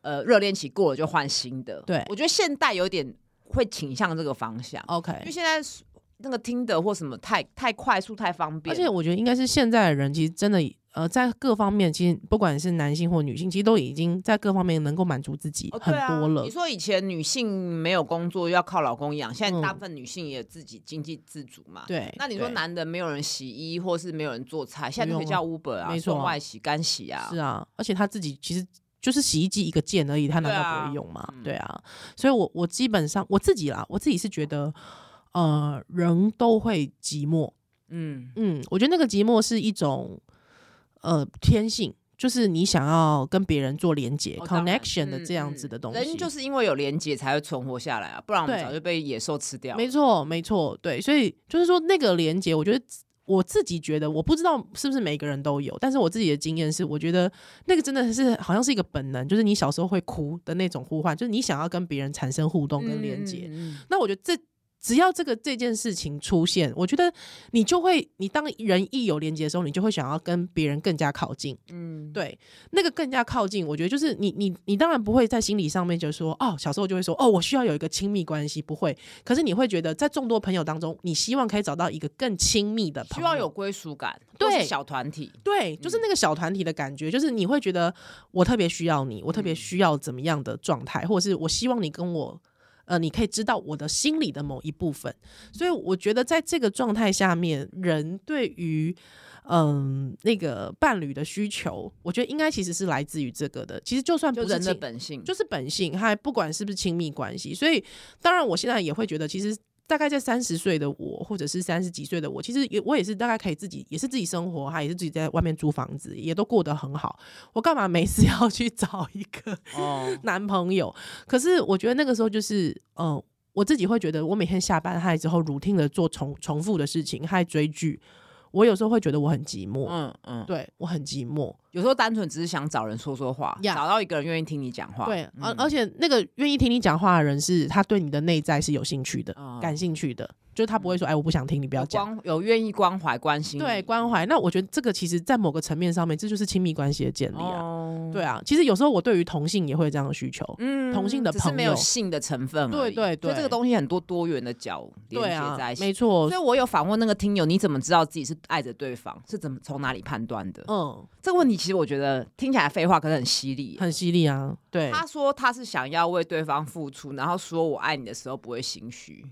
Speaker 2: 呃，热恋期过了就换新的。
Speaker 1: 对
Speaker 2: 我觉得现代有点会倾向这个方向，因为
Speaker 1: OK。
Speaker 2: 现在是那个听的或什么太太快速、太方便，
Speaker 1: 而且我觉得应该是现在的人，其实真的呃，在各方面，其实不管是男性或女性，其实都已经在各方面能够满足自己
Speaker 2: 哦
Speaker 1: 很
Speaker 2: 对啊
Speaker 1: 多了
Speaker 2: 你。说以前女性没有工作要靠老公养，现在
Speaker 1: 嗯
Speaker 2: 大部分女性也自己经济自主嘛。
Speaker 1: 对，
Speaker 2: 那你说
Speaker 1: 欸对
Speaker 2: 男的没有人洗衣，或是没有人做菜，现在都可以
Speaker 1: 不用
Speaker 2: 叫
Speaker 1: 啊
Speaker 2: Uber 啊，
Speaker 1: 没错啊
Speaker 2: 送外洗、干洗啊。
Speaker 1: 是啊，而且他自己其实就是洗衣机一个键而已，他难
Speaker 2: 对啊
Speaker 1: 道不会用吗？
Speaker 2: 嗯
Speaker 1: 对啊，所以我我基本上我自己啦，我自己是觉得，呃，人都会寂寞，
Speaker 2: 嗯，
Speaker 1: 嗯，我觉得那个寂寞是一种呃天性，就是你想要跟别人做连接、
Speaker 2: 哦当然
Speaker 1: connection 的
Speaker 2: 嗯
Speaker 1: 这样
Speaker 2: 嗯
Speaker 1: 子的东西，
Speaker 2: 人就是因为有连接才会存活下来啊，不然我们
Speaker 1: 对
Speaker 2: 早就被野兽吃掉了。
Speaker 1: 没错，没错，对，所以就是说那个连接，我觉得我自己觉得，我不知道是不是每个人都有，但是我自己的经验是，我觉得那个真的是好像是一个本能，就是你小时候会哭的那种呼唤，就是你想要跟别人产生互动跟连接。
Speaker 2: 嗯，嗯
Speaker 1: 那我觉得这。只要这个这件事情出现，我觉得你就会，你当人一有连接的时候，你就会想要跟别人更加靠近。
Speaker 2: 嗯，嗯，
Speaker 1: 对，那个更加靠近，我觉得就是你你你当然不会在心理上面就说哦，小时候就会说哦，我需要有一个亲密关系，不会。可是你会觉得在众多朋友当中，你希望可以找到一个更亲密的朋友，
Speaker 2: 希望有归属感，
Speaker 1: 对
Speaker 2: 或是小团体。
Speaker 1: 对，就是
Speaker 2: 嗯
Speaker 1: 那个小团体的感觉，就是你会觉得我特别需要你，我特别
Speaker 2: 嗯
Speaker 1: 需要怎么样的状态，或者是我希望你跟我。呃，你可以知道我的心里的某一部分，所以我觉得在这个状态下面，人对于嗯那个伴侣的需求，我觉得应该其实是来自于这个的。其实就算不
Speaker 2: 就是人的
Speaker 1: 亲
Speaker 2: 本性，
Speaker 1: 就是本性，还不管是不是亲密关系。所以，当然我现在也会觉得，其实大概在三十岁的我，或者是三十几岁的我，其实也我也是大概可以自己，也是自己生活，还也是自己在外面租房子，也都过得很好。我干嘛没事 要去找一个
Speaker 2: 哦，
Speaker 1: 男朋友？可是我觉得那个时候就是，嗯、我自己会觉得，我每天下班嗨之后，routine 的做重重复的事情，嗨追剧，我有时候会觉得我很寂寞，
Speaker 2: 嗯嗯，
Speaker 1: 对我很寂寞。
Speaker 2: 有时候单纯只是想找人说说话，
Speaker 1: 呀
Speaker 2: 找到一个人愿意听你讲话。
Speaker 1: 对，而、
Speaker 2: 嗯
Speaker 1: 而且那个愿意听你讲话的人是他对你的内在是有兴趣的、
Speaker 2: 哦
Speaker 1: 感兴趣的，就是他不会说哎我不想听，你不要
Speaker 2: 嗯有
Speaker 1: 讲。
Speaker 2: 关有愿意关怀关心你，
Speaker 1: 对，关怀。那我觉得这个其实，在某个层面上面，这就是亲密关系的建立啊。
Speaker 2: 哦
Speaker 1: 对啊，其实有时候我对于同性也会有这样的需求。
Speaker 2: 嗯
Speaker 1: 同性的
Speaker 2: 只是没
Speaker 1: 朋友
Speaker 2: 有性的成分而
Speaker 1: 对
Speaker 2: 已，
Speaker 1: 对
Speaker 2: 所以这
Speaker 1: 对
Speaker 2: 个东西很多多元的角连
Speaker 1: 对
Speaker 2: 接
Speaker 1: 啊
Speaker 2: 在一，起。
Speaker 1: 没错
Speaker 2: 所以。我有访问那个听友，你怎么知道自己是爱着对方？是怎么从哪里判断的？
Speaker 1: 嗯，
Speaker 2: 这个问题其实我觉得听起来废话，可是很犀利。
Speaker 1: 很犀利啊。对，
Speaker 2: 他说他是想要为对方付出，然后说我爱你的时候不会心虚。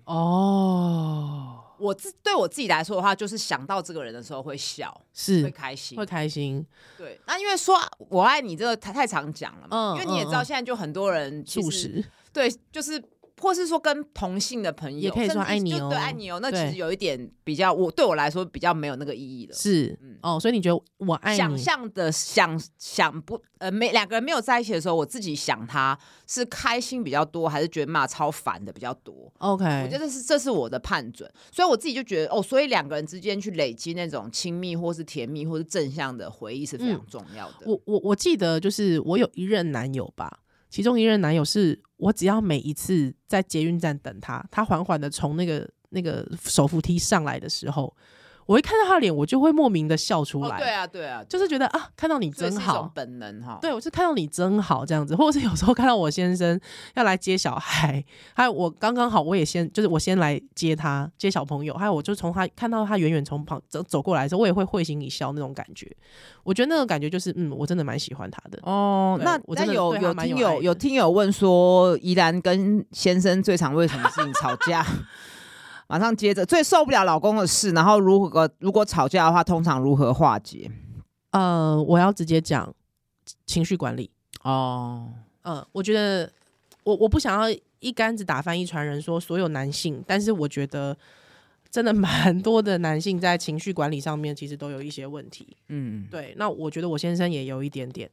Speaker 1: 哦，
Speaker 2: 我自对我自己来说的话，就是想到这个人的时候会笑，会
Speaker 1: 是
Speaker 2: 开心
Speaker 1: 会。开心。
Speaker 2: 对，那因为说我爱你这个太太常讲了嘛，
Speaker 1: 嗯
Speaker 2: 因为你也知
Speaker 1: 嗯
Speaker 2: 道
Speaker 1: 嗯
Speaker 2: 现在就很多人其
Speaker 1: 素
Speaker 2: 实
Speaker 1: 食
Speaker 2: 对，就是或是说跟同性的朋友
Speaker 1: 也可以说
Speaker 2: 甚至
Speaker 1: 爱你
Speaker 2: 就对
Speaker 1: 哦
Speaker 2: 爱你哦。那其
Speaker 1: 对
Speaker 2: 实有一点比较，我对我来说比较没有那个意义了。
Speaker 1: 是、
Speaker 2: 嗯
Speaker 1: 哦，所以你觉得我爱
Speaker 2: 想
Speaker 1: 你？
Speaker 2: 象的想想不呃，没两个人没有在一起的时候，我自己想他是开心比较多，还是觉得骂超烦的比较多？
Speaker 1: OK，
Speaker 2: 我觉得这是这是我的判准，所以我自己就觉得哦，所以两个人之间去累积那种亲密或是甜蜜或是正向的回忆是非常重要的。
Speaker 1: 嗯
Speaker 2: 哦
Speaker 1: 我我我记得就是我有一任男友吧，其中一任男友是我只要每一次在捷运站等他，他缓缓的从那个那个手扶梯上来的时候，我一看到他的脸，我就会莫名的笑出
Speaker 2: 哦
Speaker 1: 来，，
Speaker 2: 对啊，对啊，
Speaker 1: 就是觉得啊，看到你
Speaker 2: 这
Speaker 1: 真
Speaker 2: 是一种
Speaker 1: 好。
Speaker 2: 本能哈。
Speaker 1: 对，我是看到你真好这样子，或者是有时候看到我先生要来接小孩，还有我刚刚好我也先就是我先来接他接小朋友，还有我就从他看到他远远从旁走走过来的时候，我也会会心一笑那种感觉。我觉得那种感觉就是，嗯，我真的蛮喜欢他的。
Speaker 2: 哦，
Speaker 1: 对
Speaker 2: 那
Speaker 1: 我
Speaker 2: 那
Speaker 1: 真的
Speaker 2: 有
Speaker 1: 对他
Speaker 2: 有
Speaker 1: 蛮
Speaker 2: 听
Speaker 1: 有爱
Speaker 2: 友有
Speaker 1: 的
Speaker 2: 听友问说，宜兰跟先生最常为什么事情吵架？马上接着，最受不了老公的事，然后如何如果吵架的话，通常如何化解？
Speaker 1: 呃，我要直接讲情绪管理。
Speaker 2: 哦，
Speaker 1: 嗯，我觉得我我不想要一竿子打翻一船人，说所有男性，但是我觉得真的蛮多的男性在情绪管理上面其实都有一些问题。
Speaker 2: 嗯，
Speaker 1: 对，那我觉得我先生也有一点点，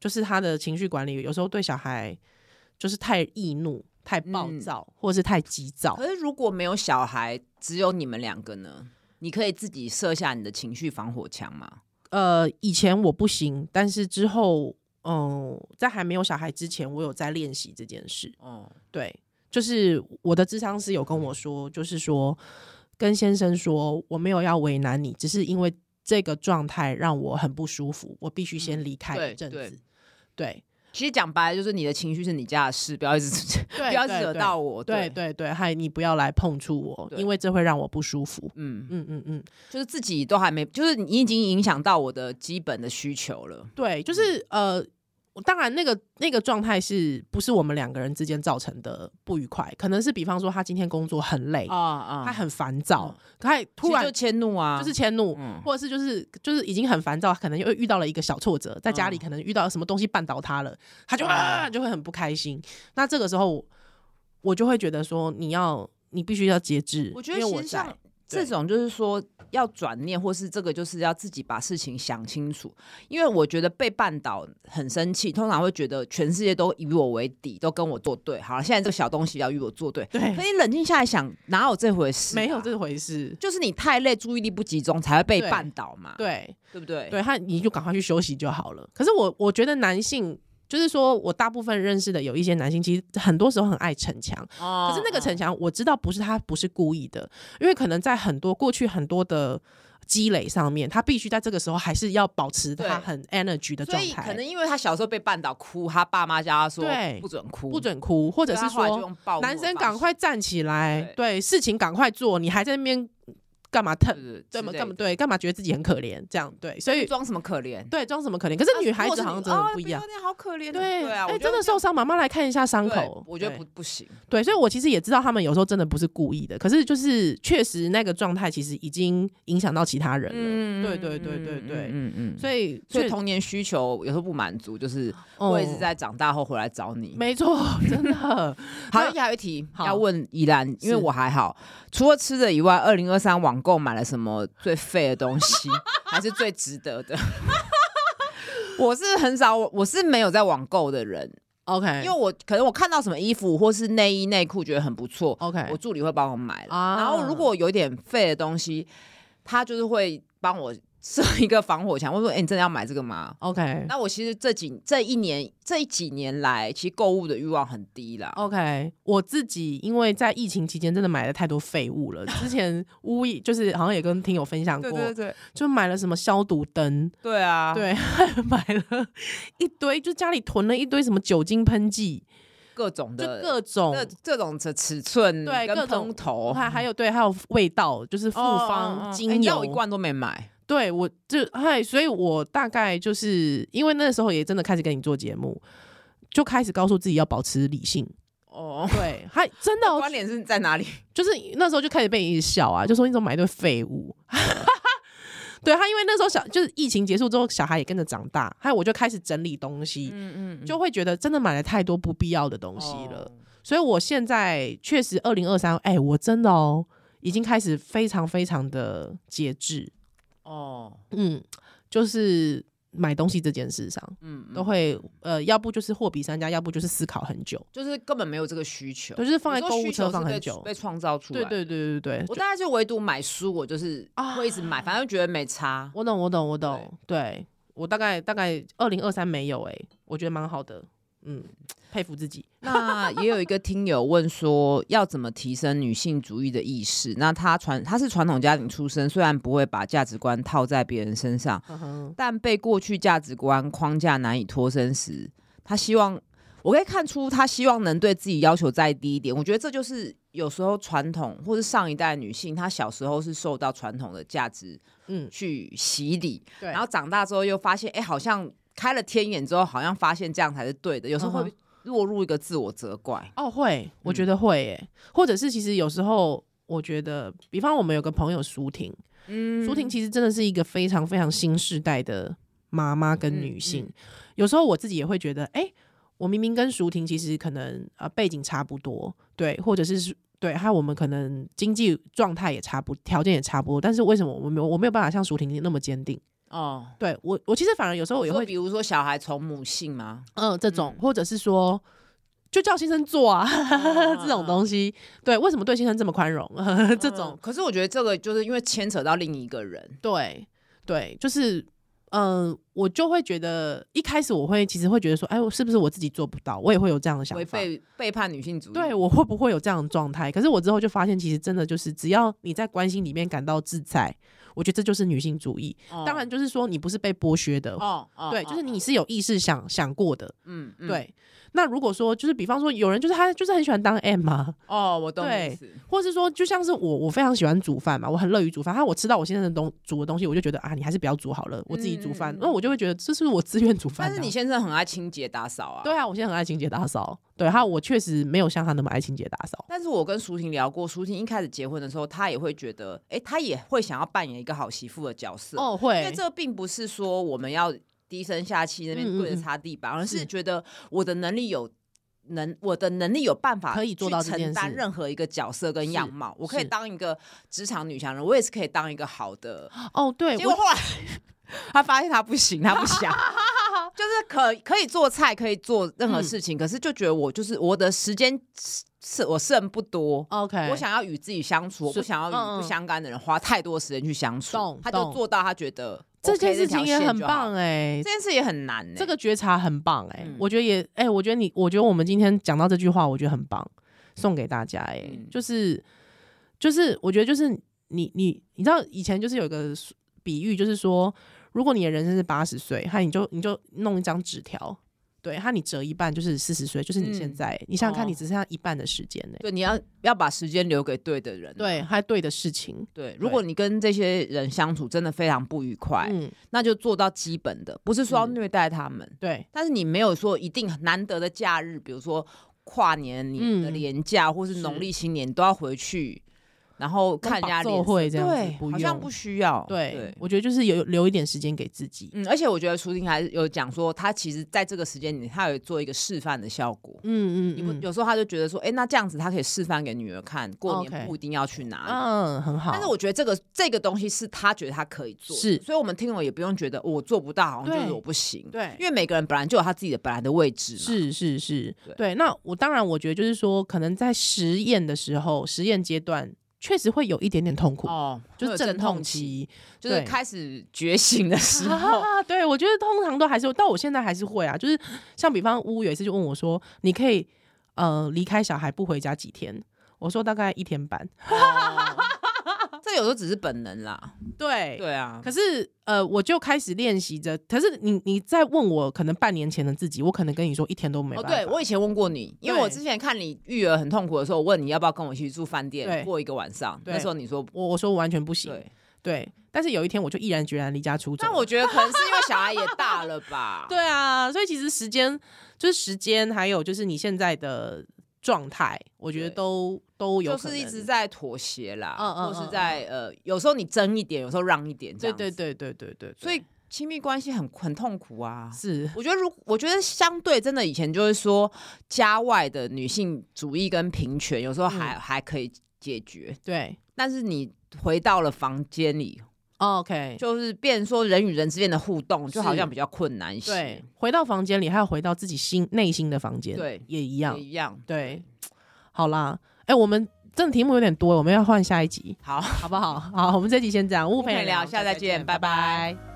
Speaker 1: 就是他的情绪管理有时候对小孩就是太易怒、太暴
Speaker 2: 嗯
Speaker 1: 躁，或是太急躁。
Speaker 2: 可是如果没有小孩，只有你们两个呢？你可以自己设下你的情绪防火墙吗？
Speaker 1: 呃，以前我不行，但是之后，嗯、在还没有小孩之前，我有在练习这件事。
Speaker 2: 哦，
Speaker 1: 对，就是我的智商师有跟我说，就是说跟先生说，我没有要为难你，只是因为这个状态让我很不舒服，我必须先离开
Speaker 2: 嗯对
Speaker 1: 一阵子。
Speaker 2: 对
Speaker 1: 对
Speaker 2: 其实讲白了就是你的情绪是你家的事，不要一直
Speaker 1: 对
Speaker 2: 不要一直惹到
Speaker 1: 我。
Speaker 2: 我。
Speaker 1: 对
Speaker 2: 对，
Speaker 1: 对对，还你不要来碰触我，
Speaker 2: 对
Speaker 1: 因为这会让我不舒服。
Speaker 2: 嗯，
Speaker 1: 嗯嗯嗯，
Speaker 2: 就是自己都还没，就是你已经影响到我的基本的需求了。
Speaker 1: 对，就是呃，我当然那个那个状态是不是我们两个人之间造成的不愉快？可能是比方说他今天工作很累，
Speaker 2: 啊啊
Speaker 1: 他很烦躁
Speaker 2: 嗯，
Speaker 1: 可他也突
Speaker 2: 其实
Speaker 1: 然
Speaker 2: 就迁怒啊，
Speaker 1: 就是迁怒，
Speaker 2: 嗯
Speaker 1: 或者是就是就是已经很烦躁，可能又遇到了一个小挫折，在家里
Speaker 2: 嗯
Speaker 1: 可能遇到什么东西绊倒他了，他就啊就会很不开心。那这个时候我就会觉得说，你要你必须要节制，
Speaker 2: 我觉得
Speaker 1: 因为
Speaker 2: 其
Speaker 1: 我
Speaker 2: 实像
Speaker 1: 在
Speaker 2: 这
Speaker 1: 对
Speaker 2: 种，就是说要转念，或是这个就是要自己把事情想清楚。因为我觉得被绊倒很生气，通常会觉得全世界都以我为敌，都跟我作对。好了，现在这个小东西要与我作对。可
Speaker 1: 对
Speaker 2: 你冷静下来想，哪哎有这回事啊、
Speaker 1: 没有这回事，
Speaker 2: 就是你太累，注意力不集中才会被
Speaker 1: 对
Speaker 2: 绊倒嘛，
Speaker 1: 对。
Speaker 2: 对不啊对？
Speaker 1: 对他，你就赶快去休息就好了。可是我我觉得男性，就是说我大部分认识的有一些男性，其实很多时候很爱逞强。
Speaker 2: 哦。
Speaker 1: 可是那个逞
Speaker 2: 成
Speaker 1: 强，我知道不是他不是故意的，因为可能在很多过去很多的积累上面，他必须在这个时候还是要保持他
Speaker 2: 对
Speaker 1: 很 energy 的
Speaker 2: 所
Speaker 1: 状
Speaker 2: 以可
Speaker 1: 态
Speaker 2: 能。因为他小时候被绊倒哭，他爸妈叫他说
Speaker 1: 对
Speaker 2: 不准哭，
Speaker 1: 不，准哭，或
Speaker 2: 或
Speaker 1: 者是说男生赶快站起来，对事情赶快做，你还在那边干嘛疼？
Speaker 2: 对
Speaker 1: 干嘛干嘛对干嘛觉得自己很可怜？这样对，所以
Speaker 2: 装什么可怜？
Speaker 1: 对装什么可怜？可是
Speaker 2: 啊
Speaker 1: 女孩子好像真的不一样
Speaker 2: 哦。那好可怜哦。
Speaker 1: 对，
Speaker 2: 啊，
Speaker 1: 哎、
Speaker 2: 我觉
Speaker 1: 真
Speaker 2: 得
Speaker 1: 的受伤，妈妈来看一下伤
Speaker 2: 对
Speaker 1: 口。
Speaker 2: 我觉得
Speaker 1: 对
Speaker 2: 不不行。
Speaker 1: 对，所以我其实也知道他们有时候真的不是故意的，可是就是确实那个状态其实已经影响到其他人了。对对对对对
Speaker 2: 嗯嗯
Speaker 1: 所以，
Speaker 2: 所以
Speaker 1: 确
Speaker 2: 童年需求有时候不满足，就是会一直、
Speaker 1: 哦
Speaker 2: 在长大后回来找你。
Speaker 1: 没错，真 的
Speaker 2: 好，
Speaker 1: 那
Speaker 2: 还有一题
Speaker 1: 好
Speaker 2: 要问宜兰，因为
Speaker 1: 是
Speaker 2: 我还好，除了吃的以外，二零二三网购买了什么最废的东西，还是最值得的？我是很少，我是没有在网购的人，
Speaker 1: OK，
Speaker 2: 因为我可能我看到什么衣服或是内衣内裤觉得很不错，
Speaker 1: OK
Speaker 2: 我助理会帮我买了。
Speaker 1: 啊
Speaker 2: 然后如果有点废的东西，他就是会帮我设一个防火墙，我说：“哎、你真的要买这个吗？”
Speaker 1: OK
Speaker 2: 那我其实这几这一年这几年来，其实购物的欲望很低啦。
Speaker 1: OK，我自己因为在疫情期间真的买了太多废物了，之前 无意就是好像也跟听友分享过，
Speaker 2: 对
Speaker 1: 就买了什么消毒灯，
Speaker 2: 对啊！
Speaker 1: 对， 还买了一堆，就家里囤了一堆什么酒精喷剂，
Speaker 2: 各种
Speaker 1: 就
Speaker 2: 的
Speaker 1: 各种
Speaker 2: 各这种的尺寸，
Speaker 1: 对
Speaker 2: 跟
Speaker 1: 各种
Speaker 2: 喷头，
Speaker 1: 还还有对，还有味道，就是复
Speaker 2: 哦
Speaker 1: 方
Speaker 2: 哎
Speaker 1: 精
Speaker 2: 你知
Speaker 1: 油。
Speaker 2: 道我一罐都没买。
Speaker 1: 对我就嗨，所以我大概就是因为那时候也真的开始跟你做节目，就开始告诉自己要保持理 性。
Speaker 2: 哦，
Speaker 1: 对，还真 的、哦
Speaker 2: 关，联是在哪里？
Speaker 1: 就是那时候就开始被你笑啊，就说你怎么买一堆废物。 对他，因为那时候小就是疫情结束之后，小孩也跟着长大，还有我就开始整理东西，
Speaker 2: 嗯嗯
Speaker 1: 就会觉得真的买了太多不必要的东西了。所以我现在确实二零二三，哎，我真的哦，已经开始非常非常的节制，
Speaker 2: 哦，
Speaker 1: 嗯，就是买东西这件事上
Speaker 2: 嗯，
Speaker 1: 都会呃，要不就是货比三家，要不就是思考很久，
Speaker 2: 就是根本没有这个需求，
Speaker 1: 就是放在
Speaker 2: 有时
Speaker 1: 购
Speaker 2: 候
Speaker 1: 物
Speaker 2: 需求
Speaker 1: 车
Speaker 2: 是
Speaker 1: 放
Speaker 2: 被
Speaker 1: 很久
Speaker 2: 被。创造出来。
Speaker 1: 对，对对对对
Speaker 2: 我
Speaker 1: 对，
Speaker 2: 大概就唯独买书，我就是会一直买，反正觉得没差。
Speaker 1: 啊我懂我懂我懂，对我大概大概二零二三没有哎、我觉得蛮好的，嗯，佩服自己。
Speaker 2: 那也有一个听友问说，要怎么提升女性主义的意识？那他传他是传统家庭出身，虽然不会把价值观套在别人身上，
Speaker 1: 嗯哼，
Speaker 2: 但被过去价值观框架难以脱身时，他希望我可以看出他希望能对自己要求再低一点。我觉得这就是有时候传统或是上一代女性，她小时候是受到传统的价值
Speaker 1: 嗯，
Speaker 2: 去洗礼，
Speaker 1: 对，
Speaker 2: 然后长大之后又发现，哎、好像开了天眼之后，好像发现这样才是对的，有时候
Speaker 1: 嗯
Speaker 2: 会落入一个自我责怪。
Speaker 1: 哦，会，我
Speaker 2: 嗯
Speaker 1: 觉得会耶，或者是其实有时候，我觉得，比方我们有个朋友舒婷，
Speaker 2: 嗯
Speaker 1: 舒婷其实真的是一个非常非常新时代的妈妈跟
Speaker 2: 嗯
Speaker 1: 女性，
Speaker 2: 嗯
Speaker 1: 有时候我自己也会觉得，哎、我明明跟舒婷其实可能呃背景差不多，对，或者是是对，还有我们可能经济状态也差不，条件也差不多，但是为什么我没有我没有办法像舒婷那么坚定？
Speaker 2: 哦，
Speaker 1: 对我，我其实反而有时候我也
Speaker 2: 说
Speaker 1: 会，
Speaker 2: 比如说小孩从母性吗？
Speaker 1: 嗯、这种，或者是说。就叫先生做啊， 这种
Speaker 2: 啊
Speaker 1: 东西，对，为什么对先生这么宽容？ 这种
Speaker 2: 嗯，可是我觉得这个就是因为牵扯到另一个人，
Speaker 1: 对对，就是呃，我就会觉得一开始我会其实会觉得说，哎，我是不是我自己做不到？我也会有这样的想
Speaker 2: 违
Speaker 1: 法。
Speaker 2: 背背叛女性主义。
Speaker 1: 对，我会不会有这样的状态？可是我之后就发现，其实真的就是，只要你在关心里面感到自在，我觉得这就是女性主义。
Speaker 2: 哦，
Speaker 1: 当然，就是说你不是被剥削的，
Speaker 2: 哦，哦
Speaker 1: 对，就是你，是有意识想想过的。
Speaker 2: 嗯，嗯，
Speaker 1: 对，那如果说就是比方说有人就是他就是很喜欢当 M 啊嘛，
Speaker 2: 哦，我懂你
Speaker 1: 对
Speaker 2: 意思。
Speaker 1: 或是说就像是我我非常喜欢煮饭嘛，我很乐于煮饭。他我吃到我先生的东煮的东西，我就觉得啊，你还是不要煮好了，我自己煮饭
Speaker 2: 嗯嗯嗯。
Speaker 1: 那、我就会觉得这是我自愿煮饭、
Speaker 2: 但
Speaker 1: 啊。
Speaker 2: 是你先生很爱清洁打扫啊。
Speaker 1: 对啊，我现在很爱清洁打扫。对，还有我确实没有像他那么爱清洁打扫。
Speaker 2: 但是我跟舒婷聊过，舒婷一开始结婚的时候，她也会觉得，哎、她也会想要扮演一个好媳妇的角色，
Speaker 1: 哦，
Speaker 2: 因为
Speaker 1: 会，
Speaker 2: 这并不是说我们要低声下气那边
Speaker 1: 嗯嗯
Speaker 2: 跪着
Speaker 1: 嗯
Speaker 2: 擦地板，而是
Speaker 1: 是
Speaker 2: 觉得我的能力有。能，我的能力有办法
Speaker 1: 可以做到
Speaker 2: 去
Speaker 1: 这件
Speaker 2: 承担
Speaker 1: 事
Speaker 2: 任何一个角色跟样
Speaker 1: 是
Speaker 2: 貌，我可以
Speaker 1: 是
Speaker 2: 当一个职场女强人，我也是可以当一个 好的。
Speaker 1: 哦，对，
Speaker 2: 结果
Speaker 1: 我
Speaker 2: 后来她发现她不行，她 不想，就是可可以做菜，可以做任何
Speaker 1: 嗯
Speaker 2: 事情，可是就觉得我就是我的时间是我剩不多，
Speaker 1: OK，
Speaker 2: 我想要与自己相处，我
Speaker 1: 是
Speaker 2: 不想要与
Speaker 1: 嗯嗯
Speaker 2: 不相干的人花太多时间去相处
Speaker 1: 懂。
Speaker 2: 他就
Speaker 1: 懂
Speaker 2: 做到他觉得
Speaker 1: 这
Speaker 2: OK，
Speaker 1: 件事
Speaker 2: 条
Speaker 1: 情也
Speaker 2: 线
Speaker 1: 很
Speaker 2: 就好
Speaker 1: 棒
Speaker 2: 了，
Speaker 1: 哎、
Speaker 2: 这件事也很难欸。
Speaker 1: 这个觉察很棒哎、
Speaker 2: 嗯
Speaker 1: 我觉得也哎、我觉得你，我觉得我们今天讲到这句话，我觉得很棒，送给大家哎、
Speaker 2: 嗯
Speaker 1: 就是就是，我觉得就是你你你知道以前就是有一个比喻，就是说，如果你的人生是八十岁，哈，你就你就弄一张纸条，对，哈，你折一半就是四十岁，就是你现
Speaker 2: 嗯
Speaker 1: 在欸、你想想看，
Speaker 2: 哦嗯
Speaker 1: 你只剩下一半的时间呢、
Speaker 2: 对，你要要把时间留给对的人。
Speaker 1: 对，还对的事情，
Speaker 2: 对，如果你跟这些人相处真的非常不愉快，
Speaker 1: 嗯，
Speaker 2: 那就做到基本的，不是说要
Speaker 1: 嗯
Speaker 2: 虐待他们，
Speaker 1: 对，
Speaker 2: 但是你没有说一定难得的假日，比如说跨年、你的
Speaker 1: 嗯
Speaker 2: 年假或是
Speaker 1: 是
Speaker 2: 农历新年，你都要回去，然后看人家
Speaker 1: 做
Speaker 2: 脸色。
Speaker 1: 会这样子
Speaker 2: 对，，
Speaker 1: 不
Speaker 2: 好像
Speaker 1: 用，
Speaker 2: 不需要。
Speaker 1: 对，我觉得就是有留一点时间给自己，
Speaker 2: 嗯，而且我觉得舒婷还有讲说，她其实在这个时间里，她有做一个示范的效果。
Speaker 1: 嗯
Speaker 2: 你不有时候她就觉得说，哎、那这样子她可以示范给女儿看，过年
Speaker 1: 哦 OK
Speaker 2: 不一定要去哪里。
Speaker 1: 嗯，很好。
Speaker 2: 但是我觉得这个这个东西是她觉得她可以做的，
Speaker 1: 是
Speaker 2: 所以我们听了也不用觉得、哦我做不到，好像就是
Speaker 1: 对
Speaker 2: 我不行，
Speaker 1: 对
Speaker 2: 因为每个人本来就有他自己的本来的位置嘛，
Speaker 1: 是是是
Speaker 2: 对，
Speaker 1: 对。那我当然，我觉得就是说，可能在实验的时候，实验阶段确实会有一点点痛苦，
Speaker 2: 哦，
Speaker 1: 就是
Speaker 2: 会有
Speaker 1: 阵
Speaker 2: 阵
Speaker 1: 痛
Speaker 2: 痛期，
Speaker 1: 期。
Speaker 2: 就是
Speaker 1: 对
Speaker 2: 开始觉醒的 时候，
Speaker 1: 啊，对，我觉得通常都还是有，但我现在还是会啊，就是像比方乌有一次就问我说，你可以呃离开小孩不回家几天？我说大概一天半。
Speaker 2: 哦这有时候只是本能啦，
Speaker 1: 对。
Speaker 2: 对啊，
Speaker 1: 可是，呃，我就开始练习着。可是你，你再问我，可能半年前的自己，我可能跟你说一天都没
Speaker 2: 哦，
Speaker 1: 办法。
Speaker 2: 对我以前问过你，因为
Speaker 1: 对
Speaker 2: 我之前看你育儿很痛苦的时候，我问你要不要跟我一起住饭店
Speaker 1: 对
Speaker 2: 过一个晚上，
Speaker 1: 对
Speaker 2: 那时候你说
Speaker 1: 我我说我完全不行。
Speaker 2: 对，
Speaker 1: 对，但是有一天我就毅然决然离家出走。，
Speaker 2: 但我觉得可能是因为小孩也大了吧
Speaker 1: 对啊，所以其实时间就是时间，还有就是你现在的状态，我觉得
Speaker 2: 对
Speaker 1: 都都有
Speaker 2: 就
Speaker 1: 可
Speaker 2: 是
Speaker 1: 能。
Speaker 2: 一直在妥协啦，
Speaker 1: 嗯嗯
Speaker 2: 或是
Speaker 1: 嗯
Speaker 2: 在呃，有时候你争一点，有时候让一点，这
Speaker 1: 对
Speaker 2: 样
Speaker 1: 对
Speaker 2: 子，
Speaker 1: 对对对对，对
Speaker 2: 所以亲密关系很很痛苦啊。
Speaker 1: 是
Speaker 2: 我觉得如，我觉得相对真的以前就是说，家外的女性主义跟平权，有时候还、还可以解决，
Speaker 1: 对。
Speaker 2: 但是你回到了房间里，
Speaker 1: OK，
Speaker 2: 就是变成说人与人之间的互动，就是好像比较困难一些。
Speaker 1: 对，回到房间里，还有回到自己心内心的房间，
Speaker 2: 对
Speaker 1: 也一
Speaker 2: 也
Speaker 1: 样。
Speaker 2: 一样。
Speaker 1: 对，好啦，哎、我们这题目有点多，我们要换下一集，
Speaker 2: 好，
Speaker 1: 好不好？好，我们这集先这样，乌
Speaker 2: 乌陪
Speaker 1: 陪
Speaker 2: 聊下次再见拜拜
Speaker 1: 拜